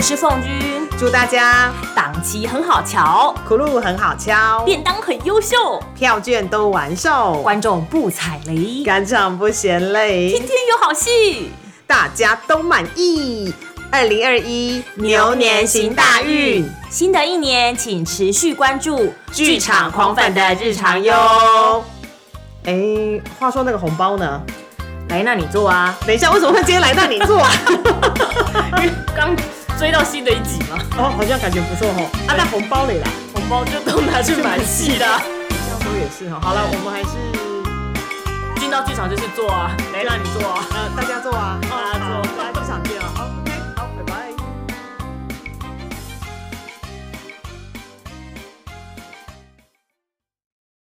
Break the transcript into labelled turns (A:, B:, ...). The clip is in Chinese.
A: 是凤君，
B: 祝大家
A: 档期很好瞧，
B: 苦路很好敲，
A: 便当很优秀，
B: 票券都完售，
A: 观众不踩雷，
B: 赶场不嫌累
A: 天，天有好戏。
B: 大家都满意。二零二一
A: 牛年行大运，新的一年请持续关注
B: 剧场狂粉的日常哟。。哎，话说那个红包呢？
A: 来，那你做啊，
B: 等一下，为什么会今天来到你 做啊？
A: 因为刚追到新的一集嘛，
B: 哦，好像感觉不错哦。啊，那红包里啦，
A: 红包就都拿去买戏啦。
B: 这样说也是哦。好了，我们还是
A: 进到剧场就是做啊，来，那你做啊。
B: 呃，大家做啊，
A: 大家做
B: 好大家去场见啊。哦